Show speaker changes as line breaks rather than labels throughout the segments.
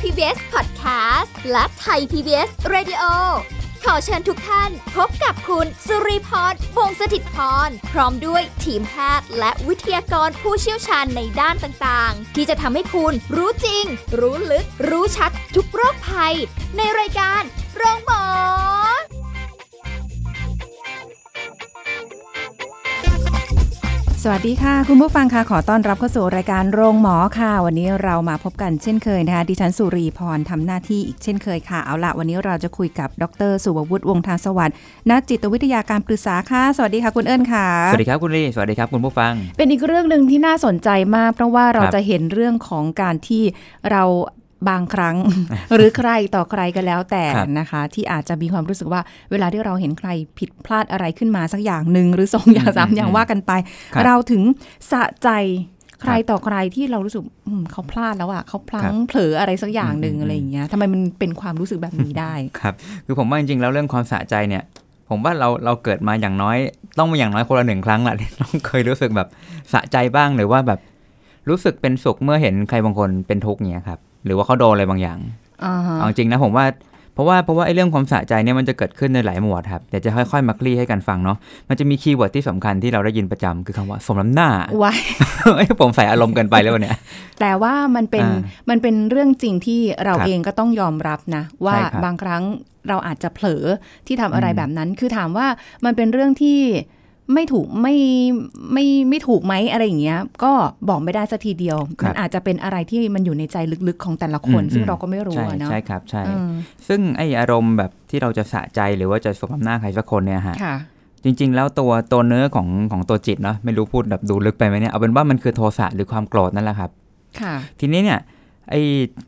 PBS Podcast และไทย PBS Radio ขอเชิญทุกท่านพบกับคุณสุริพรวงศสถิตพร พร้อมด้วยทีมแพทย์และวิทยากรผู้เชี่ยวชาญในด้านต่างๆ ที่จะทำให้คุณรู้จริง รู้ลึก รู้ชัดทุกโรคภัย ในรายการโรงพยาบาล
สวัสดีค่ะ คุณผู้ฟังค่ะขอต้อนรับเข้าสู่รายการโรงหมอค่ะ วันนี้เรามาพบกันเช่นเคยนะคะดิฉันสุรีพรทำหน้าที่อีกเช่นเคยค่ะเอาละวันนี้เราจะคุยกับดรสุวัตวงศ์ทางสวัสดิ์นักจิตวิทยาการปรึกษาค่ะ สวัสดีค่ะคุณเอิญค่ะ
สวัสดีครับคุณลี่ สวัสดีครับคุณผู้ฟัง
เป็นอีกเรื่องหนึ่งที่น่าสนใจมาก เพราะว่าเรา
ครับ
จะเห็นเรื่องของการที่เราบางครั้ ง หรือใครต่อใครก็แล้วแต่
ครับ
นะคะ ที่อาจจะมีความรู้สึกว่า เวลาที่เราเห็นใครผิดพลาดอะไรขึ้นมาสักอย่างหนึ่งหรือสองอย่าง
อืม
สามอย่าง
อืม
ว่ากันไป
ครับ
เราถึงสะใจใคร
ครับ
ต่อใครที่เรารู้สึกอืมเขาพลาดแล้วอ่ะเขาพลั้
ครั
ง
บ
เผลออะไรสักอย่างหนึ่ง
อืมอืม
อะไรอย่างเงี้ยทำไมมันเป็นความรู้สึกแบบนี้ได้
ครับคือผมว่าจริงๆแล้วเรื่องความสะใจเนี่ย ผมว่าเราเราเกิดมาอย่างน้อย ต้องมาอย่างน้อยคนละหนึ่งครั้งแหละที่ ต้องเคยรู้สึกแบบสะใจบ้างหรือว่าแบบรู้สึกเป็นสุขเมื่อเห็นใครบางคนเป็นทุกข์เงี้ยครับหรือว่าเขาโดนอะไรบางอย่าง
อ่าฮะ
เอาจริงนะผมว่าเพราะว่าเพราะว่าไอ้เรื่องความสะใจเนี่ยมันจะเกิดขึ้นในหลายหมวดครับเดี๋ยวจะค่อยๆมาคลี่ให้กันฟังเนาะมันจะมีคีย์เวิร์ดที่สำคัญที่เราได้ยินประจำคือคำว่าสมน้ำหน้า
ไว้
เอ้ย ผมใส่อารมณ์เกันไปแล้วเนี่ย
แต่ว่ามันเป็น
อ่า
มันเป็นเรื่องจริงที่เรา
ครับ
เองก็ต้องยอมรับนะ ว่า
ใช่ครับ
บางครั้งเราอาจจะเผลอที่ทำอะไร
อืม
แบบนั้น คือถามว่ามันเป็นเรื่องที่ไม่ถูกไม่ไม่ไม่ถูกไหมอะไรอย่างเงี้ย ก็บอกไม่ได้สักทีเดียว
ครับ
มันอาจจะเป็นอะไรที่มันอยู่ในใจลึกๆของแต่ละคน
อืม
ซึ่ง
อืม
เราก็ไม่รู้
ใช่
อะเนาะ
ใช่ครับใช่
อืม
ซึ่งไออารมณ์แบบที่เราจะสะใจหรือว่าจะสมน้ำหน้าใครสักคนเนี่ยฮะ
ค่ะ
จริง ๆ แล้วตัวตัวเนื้อของของตัวจิตเนาะไม่รู้พูดแบบดูลึกไปไหมเนี่ยเอาเป็นว่ามันคือโทสะหรือความโกรธนั่นแหละครับ
ค่ะ
ทีนี้เนี่ยไอ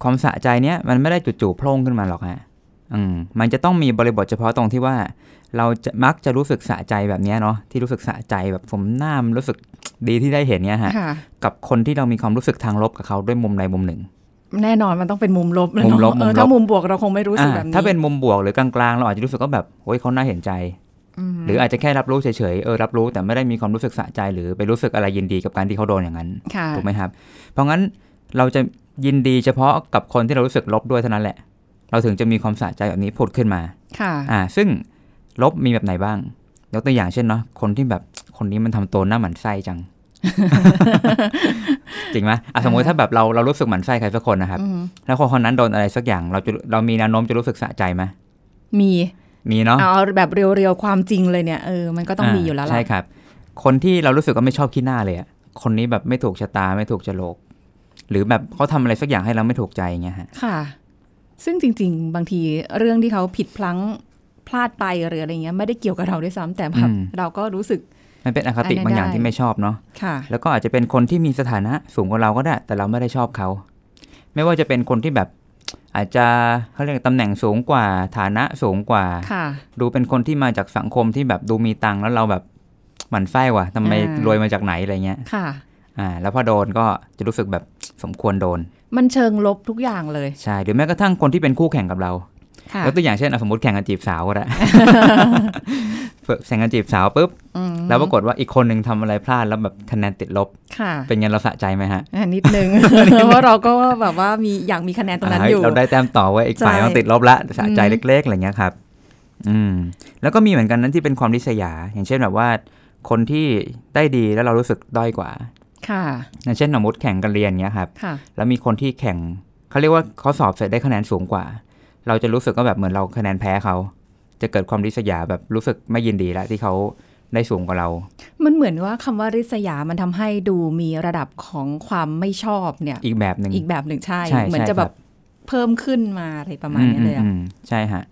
ความสะใจเนี่ยมันไม่ได้จู่ๆโพล่งขึ้นมาหรอกฮะอืมมันจะต้องมีบริบทเฉพาะตรงที่ว่า เราจะมักจะรู้สึกสะใจแบบเนี้ยเนาะที่รู้สึกสะใจแบบสมหน้ามันรู้สึกดีที่ได้เห็นเนี่ยฮะ
ค่ะ
กับคนที่เรามีความรู้สึกทางลบกับเขาด้วยมุมใดมุมหนึ่ง
แน่นอนมันต้องเป็นมุมลบแล้ว
มุมล
เนาะ
บมุมลบ
เออถ้ามุมบวกเราคงไม่รู้สึกแบบ
อ่า
นี้
ถ้าเป็นมุมบวกหรือกลางๆเราอาจจะรู้สึกว่าแบบโอ้ยเขาน่าเห็นใจ
อืม
หรืออาจจะแค่รับรู้เฉยๆ เออรับรู้แต่ไม่ได้มีความรู้สึกสะใจ หรือไปรู้สึกอะไรยินดีกับการที่เขาโดนอย่างนั้น
ค่ะ
ถูกไหมครับ เพราะงั้นเราจะยินดีเฉพาะกับคนที่เรารู้สึกลบด้วยเท่านั้นแหละ เราถึงจะมีความสะใจแบบนี้ผุดขึ้นมา
ค่ะ
อ่า ซึ่งลบมีแบบไหนบ้าง ยกตัวอย่างเช่นเนาะ คนที่แบบคนนี้มันทำตัวหน้าหมันไส้ จัง จริงไหมอ่ะสมมติถ้าแบบเราเรารู้สึกหมันไส้ใครสักคนนะครับ
อืม
แล้วคนคนนั้นโดนอะไรสักอย่าง เราจะเรามีแนวโน้มจะรู้สึกสะใจไหม
มี
มีเนาะ
เอาแบบเรียวๆความจริงเลยเนี่ยเออมันก็ต้องมีอยู่แล้วล่ะ
ใช่ครับ คนที่เรารู้สึกว่าไม่ชอบขี้หน้าเลยอะคนนี้แบบไม่ถูกชะตาไม่ถูกจโลก หรือแบบเขาทำอะไรสักอย่างให้เราไม่ถูกใจอย่างเงี้ยฮะ
ค่ะ ซึ่งจริง ๆ บางทีเรื่องที่เขาผิดพลั้งพลาดไปหรืออะไรเงี้ยไม่ได้เกี่ยวกับเราด้วยซ้ำแต่แบบ
อืม
เราก็รู้สึก
มันเป็นอค
อัน
ติ
นั้น
บางอย่าง
ได้
ที่ไม่ชอบเนาะ
ค่ะ
แล้วก็อาจจะเป็นคนที่มีสถานะสูงกว่าเราก็ได้ แต่เราไม่ได้ชอบเขา ไม่ว่าจะเป็นคนที่แบบอาจจะเขาเรียกตำแหน่งสูงกว่าฐานะสูงกว่า
ค่ะ
ดูเป็นคนที่มาจากสังคมที่แบบดูมีตังค์แล้วเราแบบหมันไส้ว่ะทำไม
อ่าร
รวยมาจากไหนอะไรเงี้ย
ค่ะ
อ่า แล้วพอโดนก็จะรู้สึกแบบสมควรโดน
มันเชิงลบทุกอย่างเลย
ใช่หรือแม้กระทั่งคนที่เป็นคู่แข่งกับเรา
ค่ะ
ยกตัวอย่างเช่นอ่ะสมมติแข่งกันจีบสาวก็ได้ แข่งกันจีบสาวปุ๊บ
อืม
แล้วปรากฏว่าอีกคนหนึ่งทำอะไรพลาดแล้วแบบคะแนนติดลบ
ค่ะ
เป็นไงเราสะใจไหมฮะ
อ่ะนิดนึ ง เพราะเราก็แบบว่ามีอยากมีคะแนนตรงนั้น
อ่า
อยู่
เราได้แต้มต่อไว้ยอีกฝ่าย
ใช่
มันติดลบละสะใจ
อืม
เล็กๆอะไรเงี้ยครับ อืม แล้วก็มีเหมือนกันนั้นที่เป็นความริษยา อย่างเช่นแบบว่า คนที่ได้ดีแล้วเรารู้สึกด้อยกว่า
ค่ะ
อย่างเช่นสมมติแข่งกันเรียนเงี้ยครับ
ค่ะ
แล้วมีคนที่แข่งเขาเรียกว่าเขาสอบเสร็จได้คะแนนสูงกว่า เราจะรู้สึกว่าแบบเหมือนเราคะแนนแพ้เขา จะเกิดความริษยาแบบรู้สึกไม่ยินดีแล้วที่เขาได้สูงกว่าเรา
มันเหมือนว่าคำว่าริษยามันทำให้ดูมีระดับของความไม่ชอบเนี่ย
อีกแบบหนึ่ง
อีกแบบหนึ่งใช่
ใช่
เหมือนจะ
ใช่ค
แบ
รับ
บเพิ่มขึ้นมาอะไรประมาณเนี้ยเลยอะ
อืมอืมอืมใช่ฮะ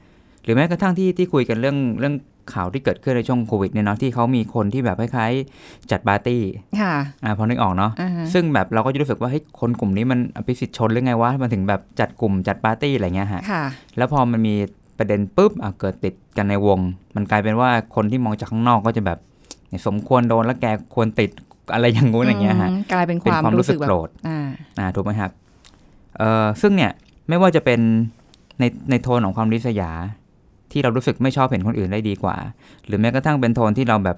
หรือแม้กระทั่งที่ที่คุยกันเรื่องเรื่องข่าวที่เกิดขึ้นในช่วงโควิดเนี่ยเนาะที่เขามีคนที่แบบคล้ายๆจัดปาร์ตี้
ค่ะ
อ่าพอนึกออกเนาะ
อ่าฮะ
ซึ่งแบบเราก็จะรู้สึกว่าเฮ้ยคนกลุ่มนี้มันอภิสิทธิ์ชนหรือไงวะมันถึงแบบจัดกลุ่มจัดปาร์ตี้อะไรเงี้ยฮะ
ค่ะ
แล้วพอมันมีประเด็นปุ๊บอ่ะเกิดติดกันในวง มันกลายเป็นว่าคนที่มองจากข้างนอกก็จะแบบเนี่ยสมควรโดนแล้วแกควรติดอะไรอย่างงู้นอย่างเงี้ยฮะ
มกลายเป็นค
เป็น
วาม
ความ
รู้
รู้
สึ
สึ
ก
ก
แบบ
โกรธ
อ่า
อ่าถูกไหมครับเอ่อซึ่งเนี่ยไม่ว่าจะเป็นในในโทนของความริษยา ที่เรารู้สึกไม่ชอบเห็นคนอื่นได้ดีกว่า หรือแม้กระทั่งเป็นโทนที่เราแบบ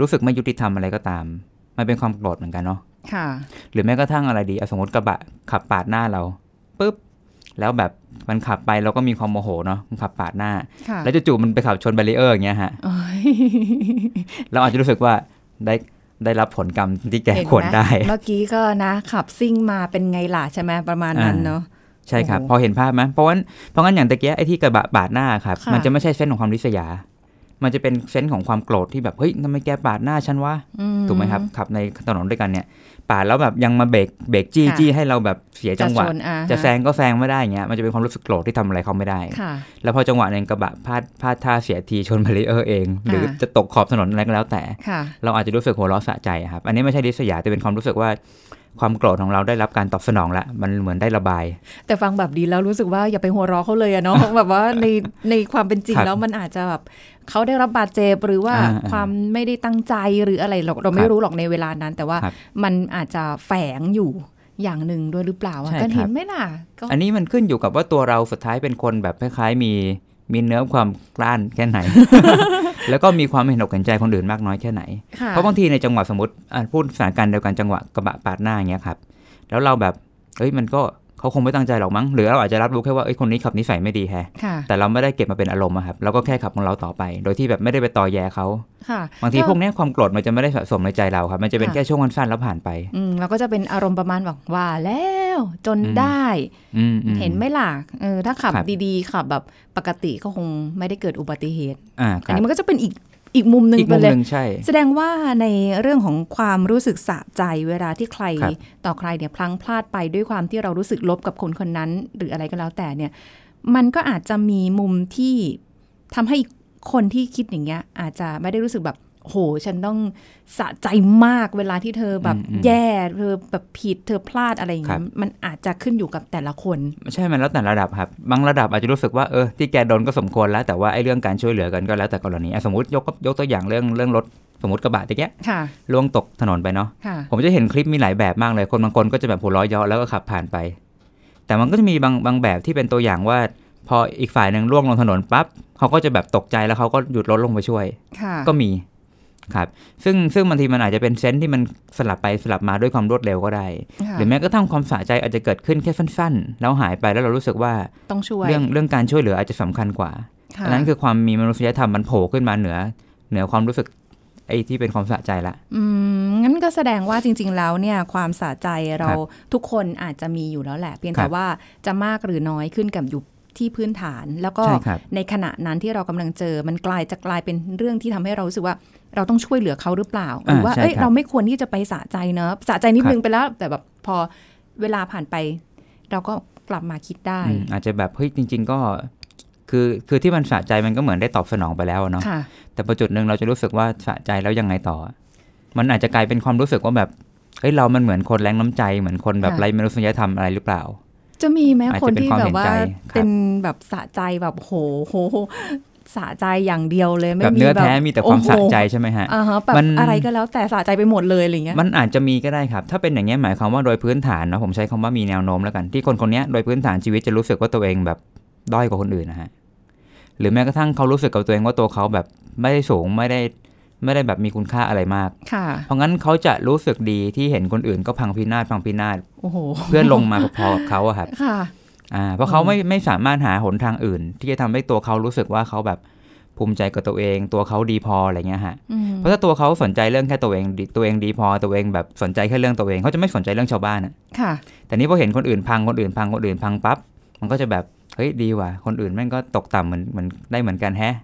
รู้สึกไม่ยุติธรรมอะไรก็ตาม มันเป็นความโกรธเหมือนกันเนาะ
ค่ะ
หรือแม้กระทั่งอะไรดีอ่ะสมมติกระบะขับปาดหน้าเราปุ๊บ แล้วแบบมันขับไปเราก็มีความโมโหเนาะมันขับปาดหน้า
ค่ะ
แล้วจู่ๆมันไปขับชนแบรีเออร์อย่างเงี้ยฮะ
โอ้ย
เราอาจจะรู้สึกว่าได้ได้รับผลกรรมที่แก่
เห็น
ควร
นะ
ได้
เมื่อกี้ก็นะ ขับซิ่งมาเป็นไงล่ะใช่ไหมประมาณนั้น
อ่า
เนาะ
ใช่ครับ
โอ้โห
พอเห็นภาพไหมเพราะงั้นเพราะงั้นอย่างตะเกียไอ้ที่กระบะปาดหน้าครับ
ค่ะ
มันจะไม่ใช่เส้นของความริษยา มันจะเป็นเส้นของความโกรธที่แบบเฮ้ยทำไมแกปาดหน้าฉันวะ
อื
ถูกไหมครับขับในถนนด้วยกันเนี่ยปาดแล้วแบบยังมาเบรกเบรกจี้
ค่ะ
จี้ให้เราแบบเสียจังหวะ
ชนอ่า
จะแซงก็แซงไม่ได้อย่างเงี้ยมันจะเป็นความรู้สึกโกรธที่ทำอะไรเขาไม่ได้
ค่ะ
แล้วพอจังหวะหนึ่งกระบะพลาดพลาดท่าเสียทีชนบารีเออร์เอง หรือ
ค่ะ
จะตกขอบถนนอะไรก็แล้วแต่
ค่ะ
เราอาจจะรู้สึกหัวเราะสะใจอะครับอันนี้ไม่ใช่ดิสยาแต่เป็นความรู้สึกว่า ความโกรธของเราได้รับการตอบสนองละมันเหมือนได้ระบาย
แต่ฟังแบบดีแล้วรู้สึกว่าอย่าไปหัวเราะเขาเลยอะเนาะ แบบว่าในในความเป็นจริง
ครับ
แล้วมันอาจจะแบบเขาได้รับบาดเจ็บหรือว่า
อ่าอ่า
ความไม่ได้ตั้งใจหรืออะไรเราเราไม่
ครับ
รู้หรอกในเวลานั้น แต่ว่า
ครับ
มันอาจจะแฝงอยู่อย่างหนึ่งด้วยหรือเปล่าอะ
ใช่
ก็เห็
ครั
น
บ
ไหมล่ะก็
อันนี้มันขึ้นอยู่กับว่าตัวเราสุดท้ายเป็นคนแบบคล้ายๆมีมีเนื้อความกล้านแค่ไหน แล้วก็มีความเห็นอกเห็นใจคนอื่นมากน้อยแค่ไหน
ค่ะ
เพราะบางทีในจังหวะสมมติอ่ะพูดสถานการณ์เดียวกันจังหวะกระบะปาดหน้าอย่างเงี้ยครับ แล้วเราแบบเอ้ยมันก็เขาคงไม่ตั้งใจหรอกมั้ง หรือเราอาจจะรับรู้แค่ว่าเอ้ยคนนี้ขับนิสัยไม่ดีแฮะ
ค่ะ
แต่เราไม่ได้เก็บมาเป็นอารมณ์อะครับเราก็แค่ขับของเราต่อไป โดยที่แบบไม่ได้ไปต่อแยเขา
ค่ะ
บางทีพวกเนี้ยความโกรธมันจะไม่ได้สะสมในใจเราครับ มันจะเป็นแค่ช่วงสั้นๆแล้วผ่านไป
อืมเราก็จะเป็นอารมณ์ประมาณแบบว่าแล้ว จน
อืม
ได้
อืมอื
เห็นไหมล่ะเออถ้าขับ
ครับ
ดีๆขับแบบปกติก็คงไม่ได้เกิดอุบัติเหตุ
อ่าค
อัน
รับ
นี้มันก็จะเป็นอีกอีกมุมหนึ่ง
อีก
ไป
มุม
เล
ห
ย
นึ่งใช่
แสดงว่าในเรื่องของความรู้สึกสะใจเวลาที่ใคร
ครับ
ต่อใครเนี่ยพลั้งพลาดไปด้วยความที่เรารู้สึกลบกับคนคนนั้น หรืออะไรก็แล้วแต่เนี่ย มันก็อาจจะมีมุมที่ทำให้คนที่คิดอย่างเงี้ย อาจจะไม่ได้รู้สึกแบบโห ฉันต้องสะใจมากเวลาที่เธอแบบ
อืมอืม
แย่เธอแบบผิดเธอพลาดอะไรอย่าง
ครั
เงี้ย
บ
มันอาจจะขึ้นอยู่กับแต่ละคน
ใช่มันแล้วแต่ระดับครับ บางระดับอาจจะรู้สึกว่าเออที่แกโดนก็สมควรแล้วแต่ว่าไอ้เรื่องการช่วยเหลือกันก็แล้วแต่กรณีอ่ะสมมติยกยกตัวอย่างเรื่องเรื่องรถสมมติกระบะตะเกีย
ค่ะ
ล่วงตกถนนไปเนาะ
ค่ะ
ผมจะเห็นคลิปมีหลายแบบมากเลย คนบางคนก็จะแบบหัวเราะเยาะแล้วก็ขับผ่านไป แต่มันก็จะมีบางบางแบบที่เป็นตัวอย่างว่า พออีกฝ่ายหนึ่งล่วงลงถนนปั๊บเขาก็จะแบบตกใจแล้วเขาก็หยุดรถลงไปช่วย
ค่ะ
ก็มีครับ ซึ่งซึ่งบางทีมันอาจจะเป็นเซนส์ที่มันสลับไปสลับมาด้วยความรวดเร็วก็ได้
ค่ะ
หรือแม้กระทั่งความสะใจอาจจะเกิดขึ้นแค่สั้น ๆ แล้วหายไปแล้วเรารู้สึกว่า
ต้องช่วย
เรื่องเรื่องการช่วยเหลืออาจจะสำคัญกว่า
ค่ะ
อันนั้นคือความมีมนุษยธรรมมันโผล่ขึ้นมาเหนือ เหนือความรู้สึกไอ้ที่เป็นความสะใจละ
มงั้นก็แสดงว่าจริง ๆ แล้วเนี่ยความสะใจเรา
ครับ
ทุกคนอาจจะมีอยู่แล้วแหละ เพียง
ครั
แต่
บ
ว่าจะมากหรือน้อยขึ้นกับอยู่ที่พื้นฐาน แล้วก็
ใช่ครับ
ในขณะนั้นที่เรากำลังเจอมันกลายจะกลายเป็นเรื่องที่ทำให้เรารู้สึกว่าเราต้องช่วยเหลือเขาหรือเปล่า ห
อ่า
รือว่า
ใช่
เอ้ย
ครับ
เราไม่ควรที่จะไปสะใจเนอะสะใจนิด
ครับ
นึงไปแล้ว แต่แบบพอเวลาผ่านไป เราก็กลับมาคิดได้
อืมอาจจะแบบเฮ้ยจริง ๆ ก็ คือคือที่มันสะใจมันก็เหมือนได้ตอบสนองไปแล้วอะเนาะ
ค่ะ
แต่พอจุดหนึ่งเราจะรู้สึกว่าสะใจแล้วยังไงต่อ มันอาจจะกลายเป็นความรู้สึกว่าแบบเฮ้ยเรามันเหมือนคนแรงน้ำใจเหมือนคนแบบ
ค่ะ
ไรมนุษยธรรมอะไรหรือเปล่า
จะมีไหม
อาจจะ
คนที่
เป็นความ
แบบว่า
เห็นใจครับ
เป็นแบบสะใจแบบโหโหสะใจอย่างเดียวเลยไม่
แบบ
มี
เนื้อ
แบบ
แท้มีแต่ความ
โอ้โห
สะใจใช่ไหมฮะ
อ่าฮะแบบ
มัน
อะไรก็แล้วแต่สะใจไปหมดเลยอะไรเงี้ย
มันอาจจะมีก็ได้ครับ ถ้าเป็นอย่างเงี้ยหมายความว่าโดยพื้นฐานเนอะผมใช้คำว่ามีแนวโน้มแล้วกัน ที่คนคนเนี้ยโดยพื้นฐานชีวิตจะรู้สึกว่าตัวเองแบบด้อยกว่าคนอื่นนะฮะหรือแม้กระทั่งเขารู้สึกกับตัวเองว่าตัวเขาแบบไม่ได้สูงไม่ได้ไม่ได้แบบมีคุณค่าอะไรมาก
ค่ะ
เพราะงั้นเขาจะรู้สึกดีที่เห็นคนอื่นก็พังพินาศพังพินาศ
โอ้โห
เพื่อลงมาพอๆกับเขาอะครับ
ค่ะ
อ่าเพราะเขาไม่ไม่สามารถหาหนทางอื่น ที่จะทำให้ตัวเขารู้สึกว่าเขาแบบภูมิใจกับตัวเอง ตัวเขาดีพออะไรเงี้ยฮะ
อืม
เพราะถ้าตัวเขาสนใจเรื่องแค่ตัวเองดีตัวเองดีพอตัวเองแบบสนใจแค่เรื่องตัวเองเขาจะไม่สนใจเรื่องชาวบ้านอะ
ค่ะ
แต่นี่พอเห็นคนอื่นพังคนอื่นพังคนอื่นพังปั๊บมันก็จะแบบเฮ้ยดีว่ะคนอื่นแม่งก็ตกต่ำเหมือนเหมือนได้เหมือนกันแฮะ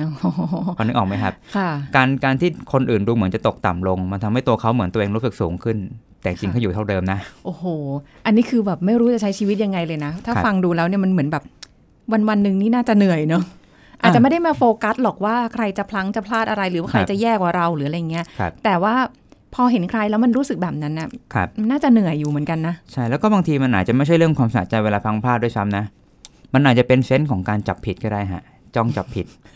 โอ้โห
พอนึกออกไหมครับ
ค่ะ
การการที่คนอื่นดูเหมือนจะตกต่ำลง มันทำให้ตัวเขาเหมือนตัวเองรู้สึกสูงขึ้น แต่จริง
ค่ะ
เขาอยู่เท่าเดิมนะ
โอ้โห อันนี้คือแบบไม่รู้จะใช้ชีวิตยังไงเลยนะ ถ้า
ครับ
ฟังดูแล้วเนี่ยมันเหมือนแบบวันวันๆหนึ่งนี่น่าจะเหนื่อยเนาะ
ะ
อาจจะไม่ได้มาโฟกัสหรอกว่าใครจะพลั้งจะพลาดอะไรหรือว่าใคร
ครับ
จะแย่กว่าเราหรืออะไรเงี้ย
ครับ
แต่ว่าพอเห็นใครแล้วมันรู้สึกแบบนั้นน่ะ
ครับ
มันน่าจะเหนื่อยอยู่เหมือนกันนะ
ใช่ แล้วก็บางทีมันอาจจะไม่ใช่เรื่องความสะใจเวลาพังพลาดด้วยซ้ำนะ มันอาจจะเป็นเซนส์ของการจับผิดก็ได้ฮะ จ้องจับผิด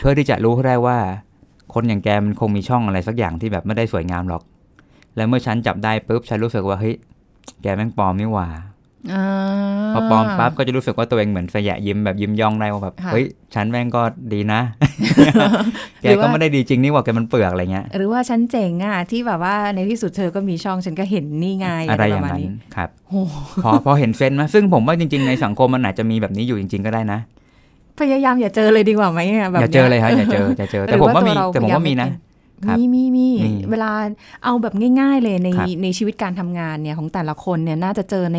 เพื่อที่จะรู้ให้ได้ว่า คนอย่างแกมันคงมีช่องอะไรสักอย่างที่แบบไม่ได้สวยงามหรอก แล้วเมื่อฉันจับได้ปุ๊บฉันรู้สึกว่าเฮ้ยแกแม่งปลอมนี่หว่า
อ่า
พอปลอมปั๊บก็จะรู้สึกว่าตัวเองเหมือนสยะยิ้มแบบยิ้มย่องได้ว่าแบบ
ค่ะ
เฮ้ยฉันแม่งก็ดี นะ
ห
แก
รือว่า
ก็ไม่ได้ดีจริงนี่หว่าแกมันเปลือกอะไรเงี้ย
หรือว่าฉันเจ๋งอ่ะที่แบบว่าในที่สุดเธอก็มีช่องฉันก็เห็นนี่ไง
อะไรอ
ป
ย่าง
มณ
นั้นครับ
โอ้โห
พอพอเห็นเซนส์ไหมาซึ่งผมว่าจริง ๆ ในสังคมมันอาจจะมีแบบนี้อยู่จริง ๆ ก็ได้นะ
พยายามอย่าเจอเลยดีกว่าไหมะแบบ
อย่าเจอเลยครับอย่า เจออย่าเจอ แต่ผมว่ามีแต่ผมว่ามีนะ ครับ
มีมีมี
มี
เวลาเอาแบบง่าย ๆ เลยใน
ครับ
ในชีวิตการทำงานเนี่ยของแต่ละคนเนี่ยน่าจะเจอใน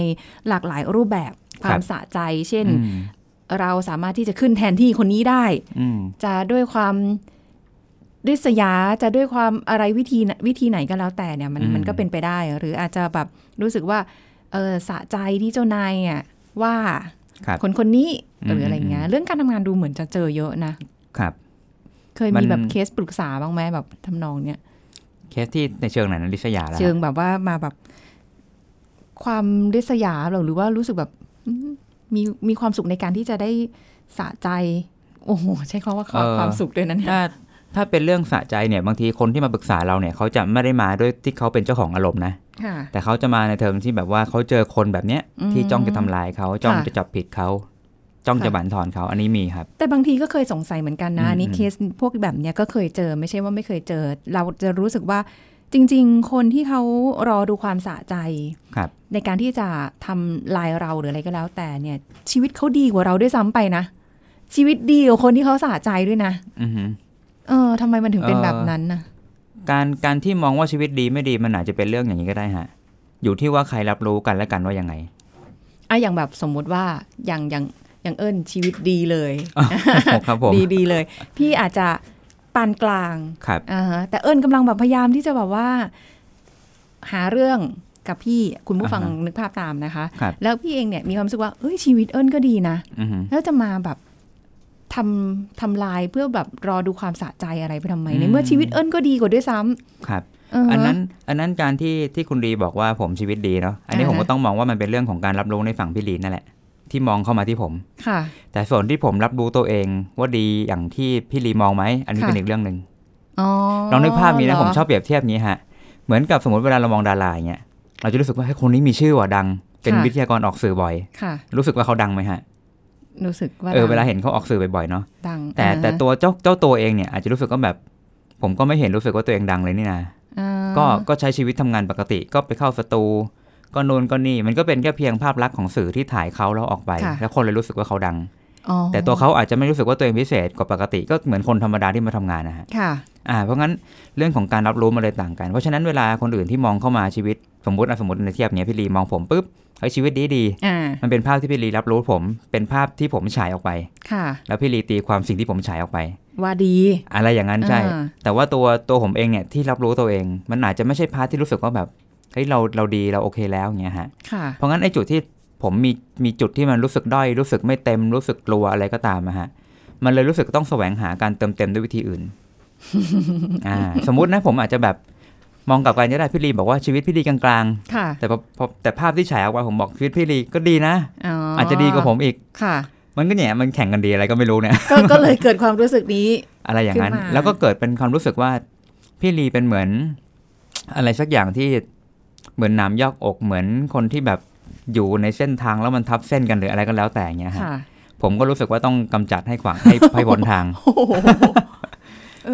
หลากหลายรูปแบบค
ครับ
วามสะใจ เช่น
อืม
เราสามารถที่จะขึ้นแทนที่คนนี้ได้
อืม
จะด้วยความด้วยสยาจะด้วยความอะไรวิธีน่ะวิธีไหนก็แล้วแต่เนี่ยมัน
อืม
มันก็เป็นไปได้ หรืออาจจะแบบรู้สึกว่าเออสะใจที่เจ้านายอ่ะว่า
ครับ
คนคนนี้
อืม
หรืออะไรเงี้ย
อืม
เรื่องการทำงานดูเหมือนจะเจอเยอะนะครับ เคย
มั
มี
น
แบบเคสปรึกษาบ้างไหมแบบทำนองเนี้ย
เคสที่ในเชิงไหนนะลิษยาแล้ว
เชิงแบบว่ามาแบบ ความริษยาหรือว่ารู้สึกแบบอืมมีมีความสุขในการที่จะได้สะใจ โอ้โหใช้คำว่าความความสุขด้วยนะเนี่ย
ถ้าถ้าเป็นเรื่องสะใจเนี่ยบางทีคนที่มาปรึกษาเราเนี่ยเขาจะไม่ได้มาด้วยที่เขาเป็นเจ้าของอารมณ์นะ
ค่ะ
แต่เขาจะมาในเทอมที่แบบว่าเขาเจอคนแบบเนี้ย
อืม
ที่จ้องจะทำร้ายเขาจ้อง
ค่ะ
จะจับผิดเขาจ้อง
ค่ะ
จะบั่นทอนเขาอันนี้มีครับ
แต่บางทีก็เคยสงสัยเหมือนกันนะ
อืม
อันนี้
อืม
เคสพวกแบบเนี้ยก็เคยเจอไม่ใช่ว่าไม่เคยเจอ เราจะรู้สึกว่าจริง ๆ คนที่เขารอดูความสะใจ
ครับ
ในการที่จะทำลายเราหรืออะไรก็แล้ว แต่เนี่ย ชีวิตเขาดีกว่าเราด้วยซ้ำไปนะ ชีวิตดีกว่าคนที่เขาสะใจด้วยนะ
อือหือ
เออทำไมมันถึงเป็น
เอ่อ
แบบนั้นนะ
การการที่มองว่าชีวิตดีไม่ดีมันอาจจะเป็นเรื่องอย่างนี้ก็ได้ฮะ อยู่ที่ว่าใครรับรู้กันและกันว่า ยังไง
อ่ะอย่างแบบสมมุติว่าอย่างอย่างอย่างเอิญชีวิตดีเลย
ครับผม
ดีดีเลย พี่อาจจะปานกลาง
ครับ
อ่าฮะแต่เอิญกำลังแบบพยายามที่จะแบบว่า หาเรื่องกับพี่คุณผู้ฟัง
อ่าฮะ
นึกภาพตามนะคะ
ครับ
แล้วพี่เองเนี่ยมีความรู้สึกว่าเอ้ยชีวิตเอิญก็ดีนะ
อือหือ
แล้วจะมาแบบทำทำลายเพื่อแบบรอดูความสะใจอะไรไปทำไม
อืม
ในเมื่อชีวิตเอิญก็ดีกว่าด้วยซ้
ครับ
ำาฮะ
อันนั้นอันนั้นการที่ที่คุณดีบอกว่าผมชีวิตดีเนาะอันนี้
อ่าฮะ
ผมก็ต้องมองว่ามันเป็นเรื่องของการรับรู้ในฝั่งพี่ลีนนั่นแหละ ที่มองเข้ามาที่ผม
ค่ะ
แต่ส่วนที่ผมรับรู้ตัวเองว่าดีอย่างที่พี่ลีมองไหมอันนี้
ค่ะ
เป็นอีกเรื่องหนึ่ง
อ๋อ
ลองนึกภาพนี้นะ
เหร
ผมชอบเปรียบเทียบนี้ฮะเหมือนกับสมมติเวลาเรามองดาราอย่างเงี้ยเราจะรู้สึกว่าให้ยคนนี้มีชื่อว่ะดัง เป็นวิทยากรออกสื่อบ่อย
ค่ะ
รู้สึกว่าเขาดังไหมฮะ
รู้สึกว่า
เออเวลาเห็นเขาออกสื่อบ่อยๆเนาะ
ดัง
แต่แต่ตัวเจ้าเจ้าตัวเองเนี่ยอาจจะรู้สึกว่าแบบ ผมก็ไม่เห็นรู้สึกว่าตัวเองดังเลยนี่นะ
อ่า
ก็ก็ใช้ชีวิตทำงานปกติก็ไปเข้าสตูก็โน่นก็นี่มันก็เป็นแค่เพียงภาพลักษณ์ของสื่อที่ถ่ายเขาแล้วออกไป แล้วคนเลยรู้สึกว่าเขาดัง
อ๋อ
แต่ตัวเขาอาจจะไม่รู้สึกว่าตัวเองพิเศษกว่าปกติ ก็เหมือนคนธรรมดาที่มาทำงานนะฮะ
ค่ะ
อ่าเพราะงั้นเรื่องของการรับรู้มันเลยต่างกัน เพราะฉะนั้นเวลาคนอื่นที่มองเข้ามาชีวิตสมมติอ่ะสมมติในเทียบเนี้ยพี่ลีมองผมปุ๊บเฮ้ยชีวิตดีดี
อ่า
ๆมันเป็นภาพที่พี่ลีรับรู้ผม เป็นภาพที่ผมฉายออกไป
ค่ะ
แล้วพี่ลีตีความสิ่งที่ผมฉายออกไป
ว่าดี
อะไรอย่างนั้นใช่
อ่า
แต่ว่าตัวตัวผมเองเนี่ยที่รับรู้ตัวเอง มันอาจจะไม่ใช่พาร์ทที่รู้สึกว่าแบบเฮ้ยเราเราดีเราโอเคแล้วอย่างเงี้ยฮะ
ค่ะ
เพราะงั้นไอ้จุดที่ผมมีมีจุดที่มันรู้สึกด้อยรู้สึกไม่เต็มรู้สึกกลัวอะไรก็ตามอะฮะมันเลยรู้สึกต้องแสวงหาการเติมเต็มด้วยวิธีอื่ น อ่าสมมุตินะผมอาจจะแบบมองกลับกันก็ได้พี่ลีบอกว่าชีวิตพี่ลีกลาง
ค่ะ
ๆ แต่พอพอแต่ภาพที่ฉายออกมาผมบอกชีวิตพี่ลีก็ดีนะ อาจจะดีกว่าผมอีก
ค่ะ
มันก็เนี่ยมันแข่งกันดีอะไรก็ไม่รู้เนี่ย
ก็ก็เลยเกิดความรู้สึกนี้
อะไรอย่างนั้น
ขึ้นมา
แล้วก็เกิดเป็นความรู้สึกว่า พี่ลีเป็นเหมือน อะไรสักอย่างที่เหมือนหน้ำยอกอกเหมือนคนที่แบบอยู่ในเส้นทางแล้วมันทับเส้นกันหรืออะไรก็แล้วแต่เงี้ยฮะ
ค่ะ
ผมก็รู้สึกว่าต้องกำจัดให้ขวาง ให้ให้พ้นทาง
โอ้โห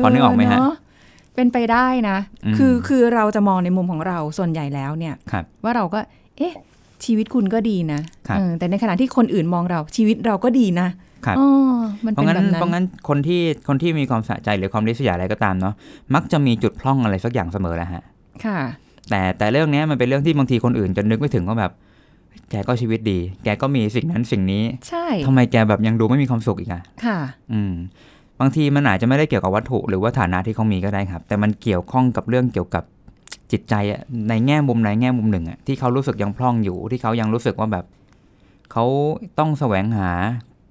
พอนึกออกไหมฮะ
เเนเป็นไปได้นะ
อืม
คือคือเราจะมองในมุมของเราส่วนใหญ่แล้วเนี่ย
ครับ
ว่าเราก็ เอ๊ะ ชีวิตคุณก็ดีนะครับ เออแต่ในขณะที่คนอื่นมองเราชีวิตเราก็ดีนะครับ อ๋อมัน
เพ
เป็น
ราะงั้น
แบบ
เพ
นั้
ราะ
น
งั้นคนที่คนที่มีความสะใจหรือความริษยาอะไรก็ตามเนาะมักจะมีจุดพร่องอะไรสักอย่างเสมอแหละฮะ
ค่ะ
แต่แต่เรื่องเนี้ยมันเป็นเรื่องที่บางทีคนอื่นจะนึกไม่ถึงว่าแบบ แกก็ชีวิตดี แกก็มีสิ่งนั้นสิ่งนี้
ใช่
ทำไมแกแบบยังดูไม่มีความสุขอีกอะ
ค่ะ
อืมบางทีมันอาจจะไม่ได้เกี่ยวกับวัตถุหรือว่าฐานะที่เขามีก็ได้ครับ แต่มันเกี่ยวข้องกับเรื่องเกี่ยวกับจิตใจอะในแง่มุมไหนแง่มุมหนึ่งอะที่เขารู้สึกยังพร่องอยู่ ที่เขายังรู้สึกว่าแบบ เขาต้องแสวงหา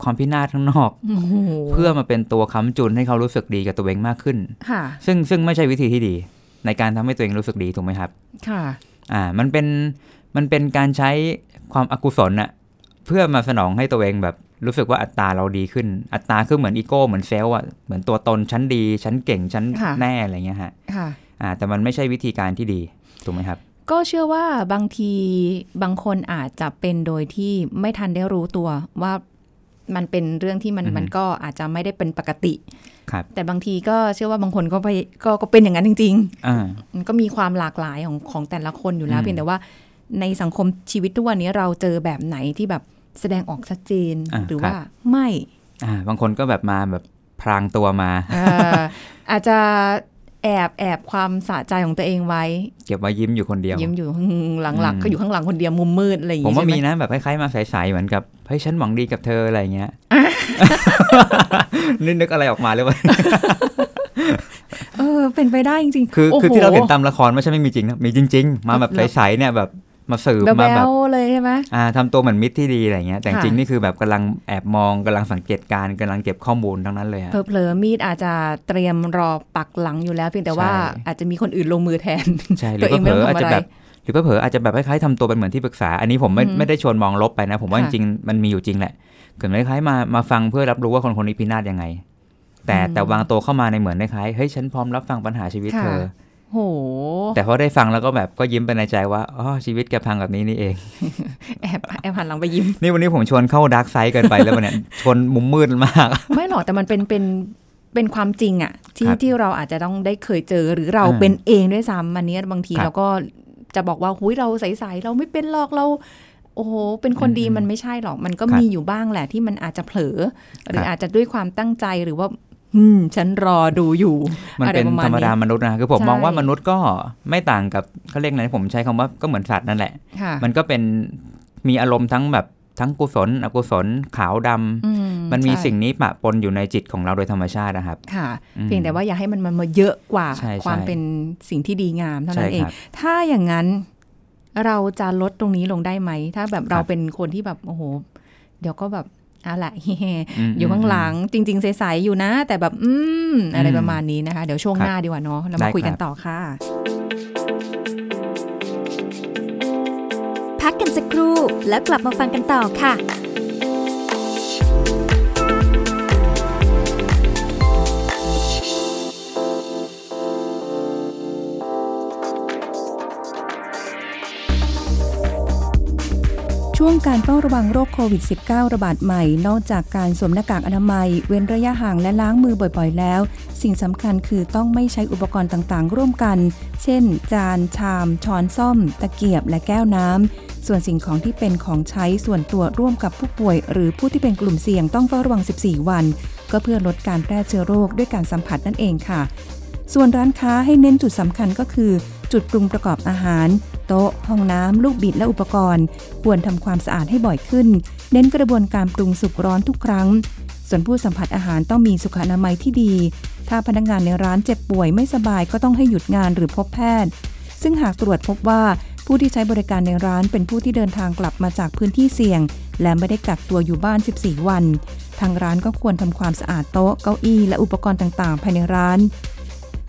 ความพินาศข้างนอก
โอ้โห
เพื่อมาเป็นตัวค้ำจุนให้เขารู้สึกดีกับตัวเองมากขึ้น
ค่ะ
ซึ่งซึ่งไม่ใช่วิธีที่ดี ในการทำให้ตัวเองรู้สึกดีถูกไหมครับ
ค่ะ
อ่า มันเป็นมันเป็นการใช้ความอกุศลอะเพื่อมาสนองให้ตัวเองแบบรู้สึกว่าอัตราเราดีขึ้น อัตราคือเหมือนอีโก้เหมือนเซลล์อะเหมือนตัวตนฉันดีฉันเก่งฉัน
ค่ะ
แน่อะไรเงี้ยฮะ
ค่ะ
อ่า แต่มันไม่ใช่วิธีการที่ดีถูกไหมครับ
ก็เชื่อว่าบางทีบางคนอาจจะเป็นโดยที่ไม่ทันได้รู้ตัวว่ามันเป็นเรื่องที่มัน
อือฮึ
มันก็อาจจะไม่ได้เป็นปกติ
ครับ
แต่บางทีก็เชื่อว่าบางคนก็ไปก็ก็เป็นอย่างนั้นจริง
อ่า
ๆ มันก็มีความหลากหลายของของแต่ละคนอยู่แล้ว
อืม
เพียงแต่ว่าในสังคมชีวิตทุกวันนี้เราเจอแบบไหนที่แบบแสดงออกชัดเจนหรือว่าไม่
อ่า บางคนก็แบบมาแบบพรางตัวมา
เอ่อ อาจจะแอบแอบความสะใจของตัวเองไว้
เก็บไว้ยิ้มอยู่คนเดียว
ยิ้มอยู่หลังหลัง
อืม
ก็อยู่ข้างหลังคนเดียวมุมมืดอะไรอย่าง
ผม
งี้
ว่า
ใช่ไห
มี
ม
นะแบบคล้ายๆมาใสๆเหมือนกับเฮ้ยฉันหวังดีกับเธออะไร เงี้ยนึกนึกอะไรออกมาหรือเปล่า
เออเป็นไปได้จริงๆ
คือ
โโห
คือที่เราเห็นตามละครไม่ใช่ไม่มีจริงนะมีจริง ๆ มาแบบใสๆเนี่ยแบบมาสืบ
แบ
มาแบบ
วๆเลยใช่ไหม
อ่าทำตัวเหมือนมิตรที่ดีอะไรเงี้ยแต่จ
ค่ะ
ริงๆนี่คือแบบกำลังแอบมองกำลังสังเกตการณ์กำลังเก็บข้อมูลทั้งนั้นเลยอะ
เผลอๆมีดอาจจะเตรียมรอปักหลังอยู่แล้วเพียงแต่ว่า
ใช่
อาจจะมีคนอื่นลงมือแทน
ใช่หรื
ตั
อ
วเอง
เผลอๆ
ไม่
อาจ
ต้องทำอะไร
จะแบบหรือเผลอๆอาจจะแบบคล้ายๆทำตัวเป็นเหมือนที่ปรึกษา อันนี้ผมไม่
อืม
ไม่ได้ชวนมองลบไปนะ ผมว่าจ
ค่ะ
ริงๆมันมีอยู่จริงแหละเกิดคล้ายๆมามาฟังเพื่อรับรู้ว่าคนคนนี้พินาศยังไง แต่
อืม
แต่วางตัวเข้ามาในเหมือนคล้ายๆเฮ้ยฉันพร้อมรับฟังปัญหาชีวิต
ค่ะ
เธอ
โห
แต่พอได้ฟังแล้วก็แบบก็ยิ้มไปในใจว่าอ๋อชีวิตแกพังแบบนี้นี่เอง
แอบแอบหันหลังไปยิ้ม
นี่วันนี้ผมชวนเข้าดาร์กไซด์เกินไปแล้ววันเนี่ยชวนมุมมืดมาก
ไม่หรอกแต่มันเป็นเป็นเป็นความจริงอะที่
ครับ
ที่เราอาจจะต้องได้เคยเจอหรือเรา
อ่า
เป็นเองด้วยซ้ำอันนี้บางที
ครับ
เราก็จะบอกว่าหุยเราใสๆเราไม่เป็นหรอกเรา โอ้โหเป็นคนดี
อืม
มันไม่ใช่หรอกมันก็
ครับ
มีอยู่บ้างแหละที่มันอาจจะเผลอ หรื
ค
อ
รับ
อาจจะด้วยความตั้งใจหรือว่า อืม ฉันรอดูอยู่
มันเป็น
อะไรประมาณ
ธรรมดามนุษย์นะคือผม
ใช่
มองว่ามนุษย์ก็ไม่ต่างกับเขาเรียกอะไรนะผมใช้คำว่าก็เหมือนสัตว์นั่นแหละ
ค่ะ
มันก็เป็นมีอารมณ์ทั้งแบบทั้งกุศล อกุศลขาวดำ
อื
มันมี
ใช่
สิ่งนี้ปะปนอยู่ในจิตของเราโดยธรรมชาตินะครับ
ค่ะ
อืม
เพียงแต่ว่าอย่าให้มันมันมาเยอะกว่า
ใช่ใช่
ความเป็นสิ่งที่ดีงามเท่า
ใช่
นั้นเอง
ครับ
ถ้าอย่างนั้นเราจะลดตรงนี้ลงได้ไหม ถ้าแบบเราเป็นคนที่แบบโอ้โห เดี๋ยวก็แบบอะแหละ
ม
อยู่ข้างหลังจริง ๆ ใสๆอยู่นะ แต่แบบ อืม อะไร
อืม
ประมาณนี้นะคะ เดี๋ยวช่วง
ครับ
หน้าดีกว่าเนาะเรา
ได้
มาคุย
ครั
กัน
บ
ต่อค่ะ
พักกันสักครู่ แล้วกลับมาฟังกันต่อค่ะ
ช่วงการเฝ้าระวังโรคโควิด -19 ระบาดใหม่ นอกจากการสวมหน้ากากอนามัย เว้นระยะห่างและล้างมือบ่อยๆ แล้ว สิ่งสำคัญคือต้องไม่ใช้อุปกรณ์ต่างๆ ร่วมกัน เช่น จาน ชาม ช้อนส้อม ตะเกียบ และแก้วน้ำ ส่วนสิ่งของที่เป็นของใช้ส่วนตัวร่วมกับผู้ป่วย หรือผู้ที่เป็นกลุ่มเสี่ยงต้องเฝ้าระวัง 14 วัน ก็เพื่อลดการแพร่เชื้อโรคด้วยการสัมผัสนั่นเองค่ะ ส่วนร้านค้าให้เน้นจุดสำคัญก็คือ จุดปรุงประกอบอาหาร โต๊ะ ห้องน้ำลูกบิดและอุปกรณ์ ควรทำความสะอาดให้บ่อยขึ้น เน้นกระบวนการปรุงสุกร้อนทุกครั้ง ส่วนผู้สัมผัสอาหารต้องมีสุขอนามัยที่ดี ถ้าพนักงานในร้านเจ็บป่วยไม่สบายก็ต้องให้หยุดงานหรือพบแพทย์ ซึ่งหากตรวจพบว่าผู้ที่ใช้บริการในร้านเป็นผู้ที่เดินทางกลับมาจากพื้นที่เสี่ยง และไม่ได้กักตัวอยู่บ้าน 14 วัน ทางร้านก็ควรทำความสะอาดโต๊ะเก้าอี้และอุปกรณ์ต่างๆ ภายในร้าน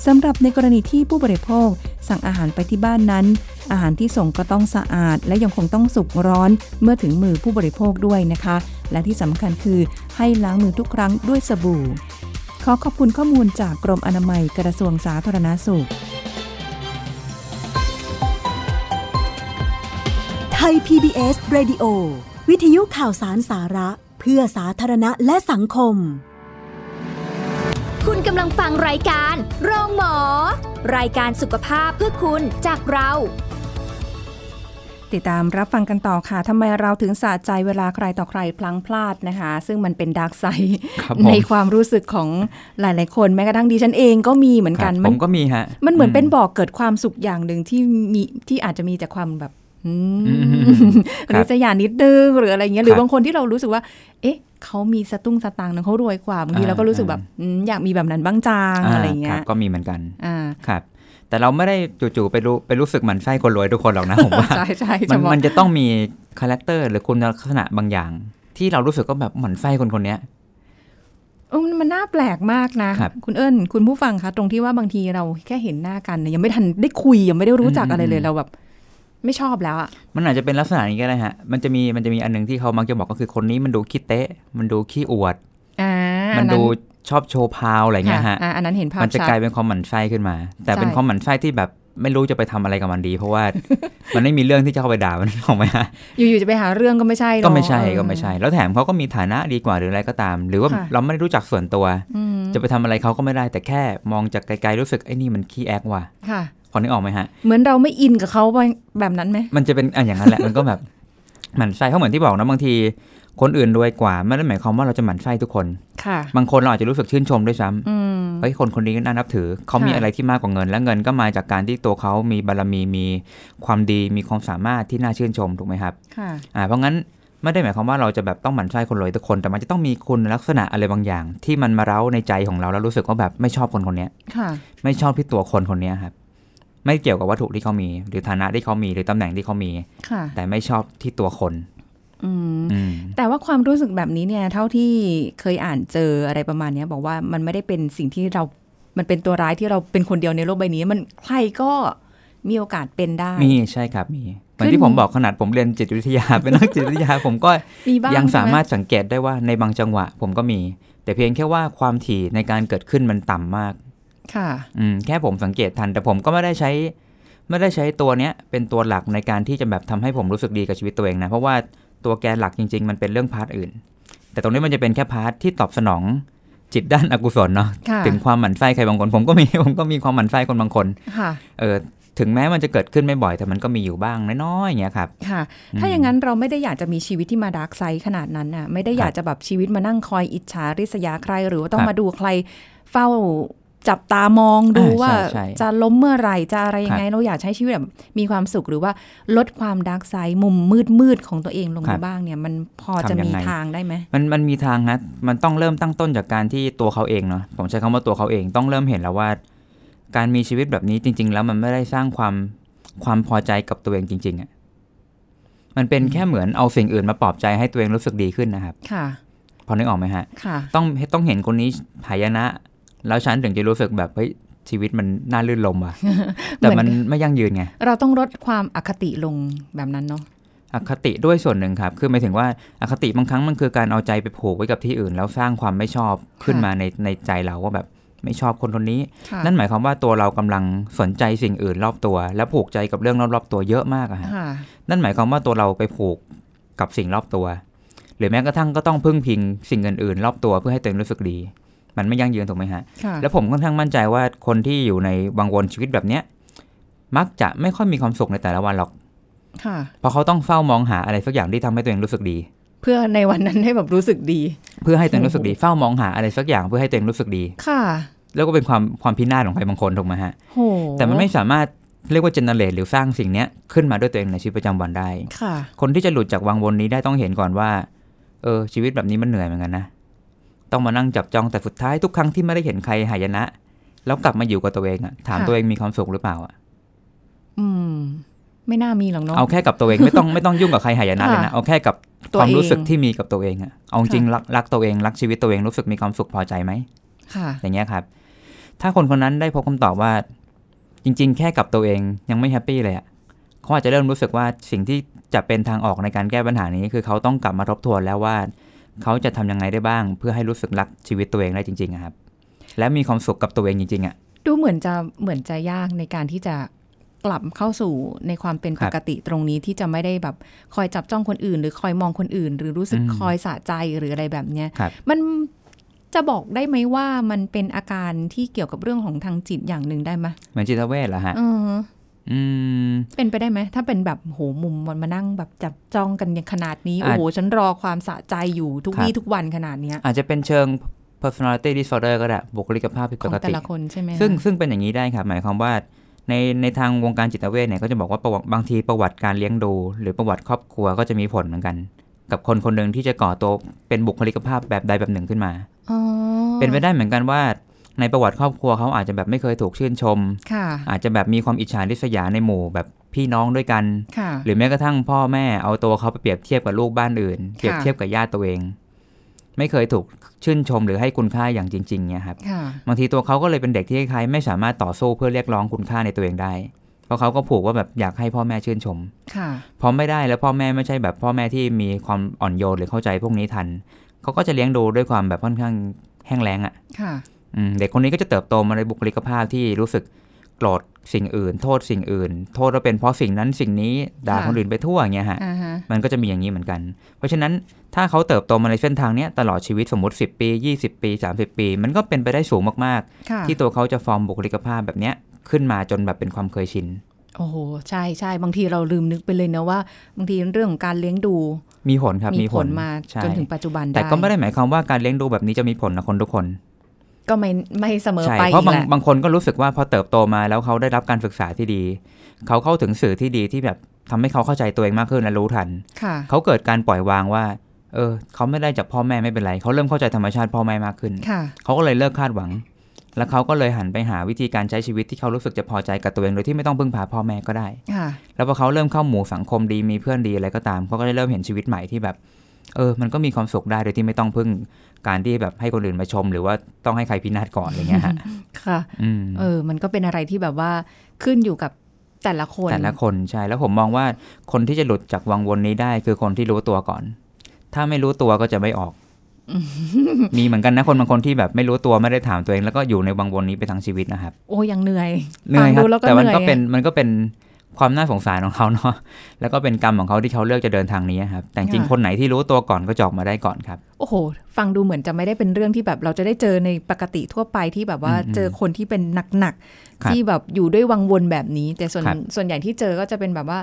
สำหรับในกรณีที่ผู้บริโภค สั่งอาหารไปที่บ้านนั้น อาหารที่ส่งก็ต้องสะอาด และยังคงต้องสุกร้อนเมื่อถึงมือผู้บริโภคด้วยนะคะ และที่สำคัญคือให้ล้างมือทุกครั้งด้วยสบู่ ขอขอบคุณข้อมูลจากกรมอนามัยกระทรวงสาธารณาสุข
ไทย PBS Radio วิทยุข่าวสารสาระ เพื่อสาธารณะและสังคม
คุณกำลังฟังรายการโรงหมอ รายการสุขภาพเพื่อคุณจากเรา
ติดตามรับฟังกันต่อค่ะทำไมเราถึงสะใจเวลาใครต่อใครพลั้งพลาดนะคะ ซึ่งมันเป็นดาร์กไซด์
ครับผม
ในความรู้สึกของหลายๆ คน แม้กระทั่งดิฉันเองก็มีเหมือน
ค
กั
รั
น
บ
มั
ผ
น
มก็มีฮะ
มันเหมือนเป็นบอกเกิดความสุขอย่างหนึ่งที่มีที่อาจจะมีจากความแบบอืม
อืม
หรือจะหย่านิดนึงหรืออะไรเงี้ยหรื
ครับบ
อางคนที่เรารู้สึกว่า เอ๊ะเขามีสตุ้งสตางค์นะเขารวยกว่าบางที
อ่า
เราก็รู้สึกแบบอืมอยากมีแบบนั้นบ้างจางอะไรเงี้
ค
ย
บก็มีเหมือนกัน
อ่า
ครับ แต่เราไม่ได้จู่ๆไปรู้ไปรู้สึกหมันไส้คนรวยทุกคนหรอกนะ ผมว่า
ใช่ใช่
มั
จะ
น
บอก
มันจะต้องมีคาแรคเตอร์หรือคุณลักษณะบางอย่าง ที่เรารู้สึกก็แบบหมันไส้คนคนเนี้ย
เออมันน่าแปลกมากนะครับ คุณเอิญคุณผู้ฟังคะตรงที่ว่าบางทีเราแค่เห็นหน้ากันเนี่ยยังไม่ทันได้คุยยังไม่ได้รู้จักอะไรเล
อื
ย
ม
เราแบบ ไม่ชอบแล้วอะ
มันอาจจะเป็นลักษณะอย่างนี้ก็ได้ฮะ มันจะมีมันจะมีอันหนึงที่เขามักจะบอกก็คือคนนี้มันดูขี้เตะ มันดูขี้อวด
อ่า
มั
อั
น
น
ดูชอบโชว์พาวอะไร
อะไร
เงี้ยฮะ
อันนั้นเห็นภาพ
มันจะ
ชัด
กลายเป็นความหมันไส้ขึ้นมา แต่
ใช่
เป็นความหมันไส้ที่แบบ ไม่รู้จะไปทำอะไรกับมันดี เพราะ ว่า มันไม่มีเรื่องที่จะเข้าไปด่ามัน ออกไหมฮะ
อยู่ๆจะไปหาเรื่องก็ไม่ใช่เนอะ
ก็ไม่ใช่ก็ไม่ใช่ แล้วแถมเขาก็มีฐานะดีกว่าหรืออะไรก็ตาม หรือว่า
ค่ะ
เราไม่ได้รู้จักส่วนตัว
อืม
จะไปทำอะไรเขาก็ไม่ได้แต่แค่มองจากไกลๆรู้สึกไอ้นี่มันขี้แอกว่ะ
ค่ะ
พอนึกออกไหมฮะ
เหมือนเราไม่อินกับเขาไปแบบนั้นไหม
มันจะเป็นอ่ะอย่างนั้นแหละ มันก็แบบหมั่นไส้เพราะเหมือนที่บอกนะบางที คนอื่นรวยกว่าไม่ได้หมายความว่าเราจะหมั่นไส้ทุกคน
ค่ะ
บางคนเราอาจจะรู้สึกชื่นชมด้วยซ้ำ
อืม
เฮ้ยคนคนนี้ก็น่านับถือ เขามี
ค่ะ
อะไรที่มากกว่าเงิน และเงินก็มาจากการที่ตัวเขามีบารมีมีความดีมีความสามารถที่น่าชื่นชมถูกไหมครับ
ค่ะ
อ่าเพราะงั้นไม่ได้หมายความว่าเราจะแบบต้องหมั่นไส้คนรวยทุกคน แต่มันจะต้องมีคุณลักษณะอะไรบางอย่าง ที่มันมาเร้าในใจของเราแล้วรู้สึกว่าแบบไม่ชอบคนคนเนี้ย
ค่ะ
ไม่ชอบที่ตัวคนคนเนี้ยครับไม่เกี่ยวกับวัตถุที่เขามี หรือฐานะที่เขามีหรือตำแหน่งที่เขามี
ค่ะ
แต่ไม่ชอบที่ตัวคน
อืม
อืม
แต่ว่าความรู้สึกแบบนี้เนี่ย เท่าที่เคยอ่านเจออะไรประมาณเนี้ย บอกว่ามันไม่ได้เป็นสิ่งที่เรา มันเป็นตัวร้ายที่เราเป็นคนเดียวในโลกใบนี้ มันใครก็มีโอกาสเป็นได้
มีใช่ครับมีเหมือ
ขึ้
น
น
ที่ผมบอกขนาดผมเรียนจิตวิทยา เป็นนักจิตวิทยา ผมก็
มีบ้าง
ยัง
ใช่
สา
ไห
มารถสังเกตได้ว่าในบางจังหวะ ผมก็มี แต่เพียงแค่ว่าความถี่ในการเกิดขึ้นมันต่ำมาก
ค่ะ
อืมแค่ผมสังเกตทัน แต่ผมก็ไม่ได้ใช้ ไม่ได้ใช้ตัวเนี้ยเป็นตัวหลักในการที่จะแบบทำให้ผมรู้สึกดีกับชีวิตตัวเองนะ เพราะว่าตัวแกนหลักจริง ๆ มันเป็นเรื่องพาร์ทอื่น แต่ตรงนี้มันจะเป็นแค่พาร์ทที่ตอบสนองจิตด้านอกุศลเนาะ
ค่ะ
ถึงความหมั่นไส้ใครบางคนผมก็มี ผมก็มีความหมั่นไส้คนบางคน
ค่ะ
เออถึงแม้มันจะเกิดขึ้นไม่บ่อยแต่มันก็มีอยู่บ้างน้อยๆอย่างเงี้ยครับ
ค่ะ
อืม
ถ้าอย่างนั้นเราไม่ได้อยากจะมีชีวิตที่มาดาร์กไซด์ขนาดนั้นน่ะ ไม่ได้อยากจะแบบชีวิตมานั่งคอยอิจฉาริษยาใคร หรือว่าต้อ
ค
ง
รับ
มาดูใครเฝ้าจับตามองดู
อ่า
ว่า
ใช่ใช่
จะล้มเมื่อไหร่ จะอะไรยังไง เราอยากใช้ชีวิตแบบมีความสุขหรือว่าลดความดาร์กไซด์มุมมืดมืดๆของตัวเองลง
ครั
มา
บ
บ้างเนี่ย มันพอ
ทำ
จะมี
ยังไง
ทางได้ไหม
มันมันมีทางฮะมันต้องเริ่มตั้งต้นจากการที่ตัวเขาเองเนาะ ผมใช้คำว่าตัวเขาเองต้องเริ่มเห็นแล้วว่า การมีชีวิตแบบนี้จริง ๆ แล้วมันไม่ได้สร้างความความพอใจกับตัวเองจริง ๆอะ่ะ มันเป็นแค่เหมือนเอาสิ่งอื่นมาปลอบใจให้ตัวเองรู้สึกดีขึ้นนะครับ
ค่ะ
พอนึกออกไหมฮะ
ค่ะ
ต้องต้องเห็นคนนี้หายนะ แล้วฉันถึงจะรู้สึกแบบเฮ้ยชีวิตมันน่าลื่นลม ว่ะ แต่มันไม่ยั่งยืนไง
เราต้องลดความอคติลงแบบนั้นเนาะ
อคติด้วยส่วนหนึ่งครับ คือหมายถึงว่าอคติบางครั้งมันคือการเอาใจไปผูกไว้กับที่อื่น แล้วสร้างความไม่ชอบขึ้นมาในในใจเราว่าแบบไม่ชอบคนคนนี้
ค่ะ
นั่นหมายความว่าตัวเรากำลังสนใจสิ่งอื่นรอบตัว และผูกใจกับเรื่องรอบๆตัวเยอะมากอะฮะ
ค่ะ
นั่นหมายความว่าตัวเราไปผูกกับสิ่งรอบตัว หรือแม้กระทั่งก็ต้องพึ่งพิงสิ่งอื่นๆ รอบตัวเพื่อให้ตัวเองรู้สึกดี มันไม่ยั่งยืนถูกไหมฮะ
ค่ะ
แล้วผมค่อนข้างมั่นใจว่าคนที่อยู่ในวังวนชีวิตแบบเนี้ยมักจะไม่ค่อยมีความสุขในแต่ละวันหรอก
ค่ะ
เพราะเขาต้องเฝ้ามองหาอะไรสักอย่างที่ทำให้ตัวเองรู้สึกดี
เพื่อในวันนั้นให้แบบรู้สึกดี
เพื่อให้ตัวเองรู้สึกดี เฝ้ามองหาอะไรสักอย่างเพื่อให้ตัวเองรู้สึกดี
ค่ะ
แล้วก็เป็นความความพินาศของใครบางคนถูกไหมฮะ
โห
แต่มันไม่สามารถเรียกว่าเจเนเรตหรือสร้างสิ่งเนี้ยขึ้นมาด้วยตัวเองในชีวิตประจำวันได้
ค่ะ
คนที่จะหลุดจากวังวนนี้ได้ต้องเห็นก่อนว่า เออชีวิตแบบนี้มันเหนื่อยเหมือนกันนะ ต้องมานั่งจับจองแต่สุดท้ายทุกครั้งที่ไม่ได้เห็นใครหายนะ แล้วกลับมาอยู่กับตัวเองอะถาม
ค่ะ
ตัวเองมีความสุขหรือเปล่าอะ
อืม ไม่น่ามีหรอกเนาะ
เอาแค่กับตัวเองไม่ต้องไม่ต้องยุ่งกับใครหายนะเลยนะ
ค่ะ
เอาแค่กับ
ตัว
ความรู้สึก
เอง
ที่มีกับตัวเองอะเอาจริงๆรักรักตัวเองรักชีวิตตัวเองรู้สึกมีความสุขพอใจไหม
ค่ะ
อย่างเงี้ยครับ ถ้าคนคนนั้นได้พบคำตอบว่า จริง ๆ แค่กับตัวเองยังไม่แฮปปี้เลยอะ่ะเขาอาจจะเริ่มรู้สึกว่าสิ่งที่จะเป็นทางออกในการแก้ปัญหานี้ คือเขาต้องกลับมาทบทวนแล้วว่า เขาจะทำยังไงได้บ้าง เพื่อให้รู้สึกรักชีวิตตัวเองได้จริงๆอะครับ และมีความสุขกับตัวเองจริงๆอะ่ะ
ดูเหมือนจะเหมือนจะยากในการที่จะกลับเข้าสู่ในความเป็น
ครั
ป
บ
กติตรงนี้ที่จะไม่ได้แบบคอยจับจ้องคนอื่น หรือคอยมองคนอื่น หรือรู้สึก
อืม
คอยสะใจหรืออะไรแบบเนี้ย
ครับ
มันจะบอกได้ไหมว่ามันเป็นอาการที่เกี่ยวกับเรื่องของทางจิตอย่างหนึ่งได้ไหม
เหมือนจิตเวชเหรอฮะ
เออ
อืม
เป็นไปได้ไหมถ้าเป็นแบบโหมุมมันมานั่งแบบจับจ้องกันอย่างขนาดนี้
อาจ
โอ้โหฉันรอความสะใจอยู่ทุก
ครับ
วี่ทุกวันขนาดเนี้ย
อาจจะเป็นเชิง personality disorder ก็ได้บุคลิกภาพผิด
ข
ป
อง
ก
แต่
ติ
ละคนใช่ไหม
ซึ่ง
คะ
ซึ่งเป็นอย่างนี้ได้ครับหมายความว่าในในทางวงการจิตเวชเนี่ยก็จะบอกว่าประวัติบางทีประวัติการเลี้ยงดู หรือประวัติครอบครัวก็จะมีผลเหมือนกัน กับคนคนหนึ่งที่จะก่อตัวเป็นบุคลิกภาพแบบใดแบบหนึ่งขึ้นมา
อ๋อ
เป็นไปได้เหมือนกันว่า ในประวัติครอบครัวเขาอาจจะแบบไม่เคยถูกชื่นชม
ค่ะ
อาจจะแบบมีความอิจฉาริษยาในหมู่แบบพี่น้องด้วยกัน
ค่ะ
หรือแม้กระทั่งพ่อแม่เอาตัวเขาไปเปรียบเทียบกับลูกบ้านอื่น เปรียบเทียบกับญาติตัวเอง ไม่เคยถูกชื่นชมหรือให้คุณค่าอย่างจริงๆเนี่ยครับ
ค่ะ
บางทีตัวเขาก็เลยเป็นเด็กที่คล้ายๆไม่สามารถต่อสู้เพื่อเรียกร้องคุณค่าในตัวเองได้ เพราะเขาก็ผูกว่าแบบอยากให้พ่อแม่ชื่นชม
ค่ะ
พอไม่ได้แล้วพ่อแม่ไม่ใช่แบบพ่อแม่ที่มีความอ่อนโยนหรือเข้าใจพวกนี้ทัน เขาก็จะเลี้ยงดูด้วยความแบบค่อนข้างแห้งแล้งอะ
ค่ะ
อืมเด็กคนนี้ก็จะเติบโตมาในบุคลิกภาพที่รู้สึกโกรธ สิ่งอื่น โทษสิ่งอื่น โทษว่าเป็นเพราะสิ่งนั้นสิ่งนี้ด่า
ค่ะ
คนอื่นไปทั่วอย่างเงี้ยฮะ
อ่าฮะ
มันก็จะมีอย่างนี้เหมือนกัน เพราะฉะนั้นถ้าเขาเติบโตมาในเส้นทางเนี้ยตลอดชีวิตสมมติ 10 ปี 20 ปี 30 ปี มันก็เป็นไปได้สูงมาก
ค่ะ
ๆ ที่ตัวเขาจะฟอร์มบุคลิกภาพแบบเนี้ยขึ้นมาจนแบบเป็นความเคยชิน
โอ้โห ใช่ใช่บางทีเราลืมนึกไปเลยนะว่า บางทีเรื่องของการเลี้ยงดู
มีผลครับ
มีผลมา
ใช่
จนถึงปัจจุบัน
แต่ก็ไม่
ได้
ได้หมายความว่าการเลี้ยงดูแบบนี้จะมีผลกับคนทุกคน
ก็ไม่ไม่เสมอ
ใช่
ไป
เพราะ
อีก
บาง
แหละ
บางคนก็รู้สึกว่าพอเติบโตมาแล้วเขาได้รับการศึกษาที่ดี เขาเข้าถึงสื่อที่ดีที่แบบทำให้เขาเข้าใจตัวเองมากขึ้นและรู้ทัน
ค่ะ
เขาเกิดการปล่อยวางว่า เออ เขาไม่ได้จากพ่อแม่ไม่เป็นไร เขาเริ่มเข้าใจธรรมชาติพ่อแม่มากขึ้น
ค่ะ
เขาก็เลยเลิกคาดหวัง แล้วเขาก็เลยหันไปหาวิธีการใช้ชีวิตที่เขารู้สึกจะพอใจกับตัวเองโดยที่ไม่ต้องพึ่งพาพ่อแม่ก็ได้
ค่ะ
แล้วพอเขาเริ่มเข้าหมู่สังคมดีมีเพื่อนดีอะไรก็ตามเขาก็ได้เริ่มเห็นชีวิตใหม่ที่แบบ เออ มันก็มีความสุขได้โดยที่ไม่ต้องพึ่งการที่แบบให้คนอื่นมาชม หรือว่าต้องให้ใครพินาศก่อนอะไรเงี้ยฮะ
ค่ะ
อืม
เออ มันก็เป็นอะไรที่แบบว่าขึ้นอยู่กับแต่ละคน
แต่ละคนใช่แล้วผมมองว่าคนที่จะหลุดจากวังวนนี้ได้คือคนที่รู้ตัวก่อน ถ้าไม่รู้ตัวก็จะไม่ออก มีเหมือนกันนะคนบางคนที่แบบไม่รู้ตัวไม่ได้ถามตัวเองแล้วก็อยู่ในวังวนนี้ไปทั้งชีวิตนะครับ
โอ้ยังเหนื่อย
เหนื่อยค
ฟั
รั
งดู
บ
แล้วก็
แต่
เห
มัน
นื่อย
ก็เป็นมันก็เป็นความน่าสงสารของเขาเนาะแล้วก็เป็นกรรมของเขาที่เขาเลือกจะเดินทางนี้ครับ แต่จริงๆคนไหนที่รู้ตัวก่อนก็จะออกมาได้ก่อนครับ
โอ้โห ฟังดูเหมือนจะไม่ได้เป็นเรื่องที่แบบเราจะได้เจอในปกติทั่วไปที่แบบว่า
อืม
เจอคนที่เป็นหนัก
ค
ๆ
รับ
ที่แบบอยู่ด้วยวังวนแบบนี้ แต่ส่วน
ครับ
ส่วนใหญ่ที่เจอก็จะเป็นแบบว่า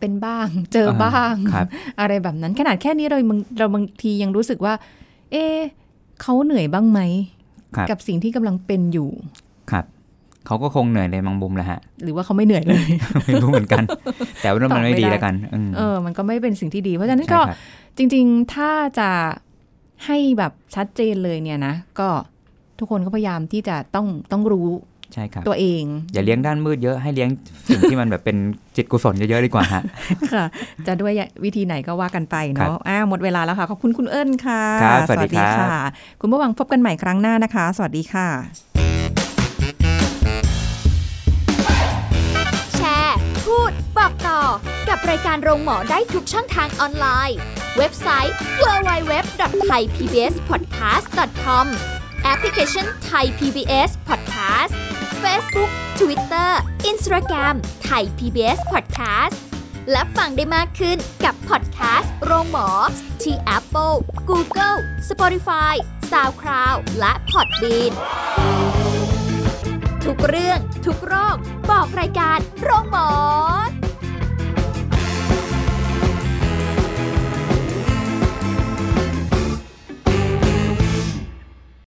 เป็นบ้าง เจอบ้าง
ครับ
อะไรแบบนั้นขนาดแค่นี้เราบางเราบางทียังรู้สึกว่า เอะเขาเหนื่อยบ้างไหม
ครับ
กับสิ่งที่กำลังเป็นอยู่
ครับเขาก็คงเหนื่อยในบางมุมแหละฮะ
หรือว่าเขาไม่เหนื่อยเลย
ไม่รู้เหมือนกัน แต่ว่ามันไม่ดีแล้วกันอืม
เออ มันก็ไม่เป็นสิ่งที่ดีเพราะฉะนั้น
ใช่
ก็
ครับ
จริงๆ ถ้าจะให้แบบชัดเจนเลยเนี่ยนะ ก็ทุกคนก็พยายามที่จะต้องต้องรู้
ใช่ครับ
ตัวเอง
อย่าเลี้ยงด้านมืดเยอะให้เลี้ยงสิ่งที่มันแบบเป็นจิตกุศลเยอะๆดีกว่าฮะ
ค่ะ จะด้วยวิธีไหนก็ว่ากันไป
ครั
เนาะ
บ
อ่าหมดเวลาแล้วค่ะ ขอบคุณคุณเอิญค่ะ
ครับสวัสดีครับ
สวัสค่ะ คุณผู้ฟังพบกันใหม่ครั้งหน้านะคะ สวัสดีค่ะ
แชร์ พูด บอกต่อ กับรายการโรงหมอได้ทุกช่องทางออนไลน์ เว็บไซต์ www.thaipbspodcast.com แอปพลิเคชัน Thai PBS Podcast Facebook Twitter Instagram Thai PBS Podcast และฟังได้มากขึ้นกับพอดแคสต์โรงหมอ ที่ Apple, Google, Spotify, SoundCloud และ Podbean ทุกเรื่องทุกโรค บอกรายการโรงหมอ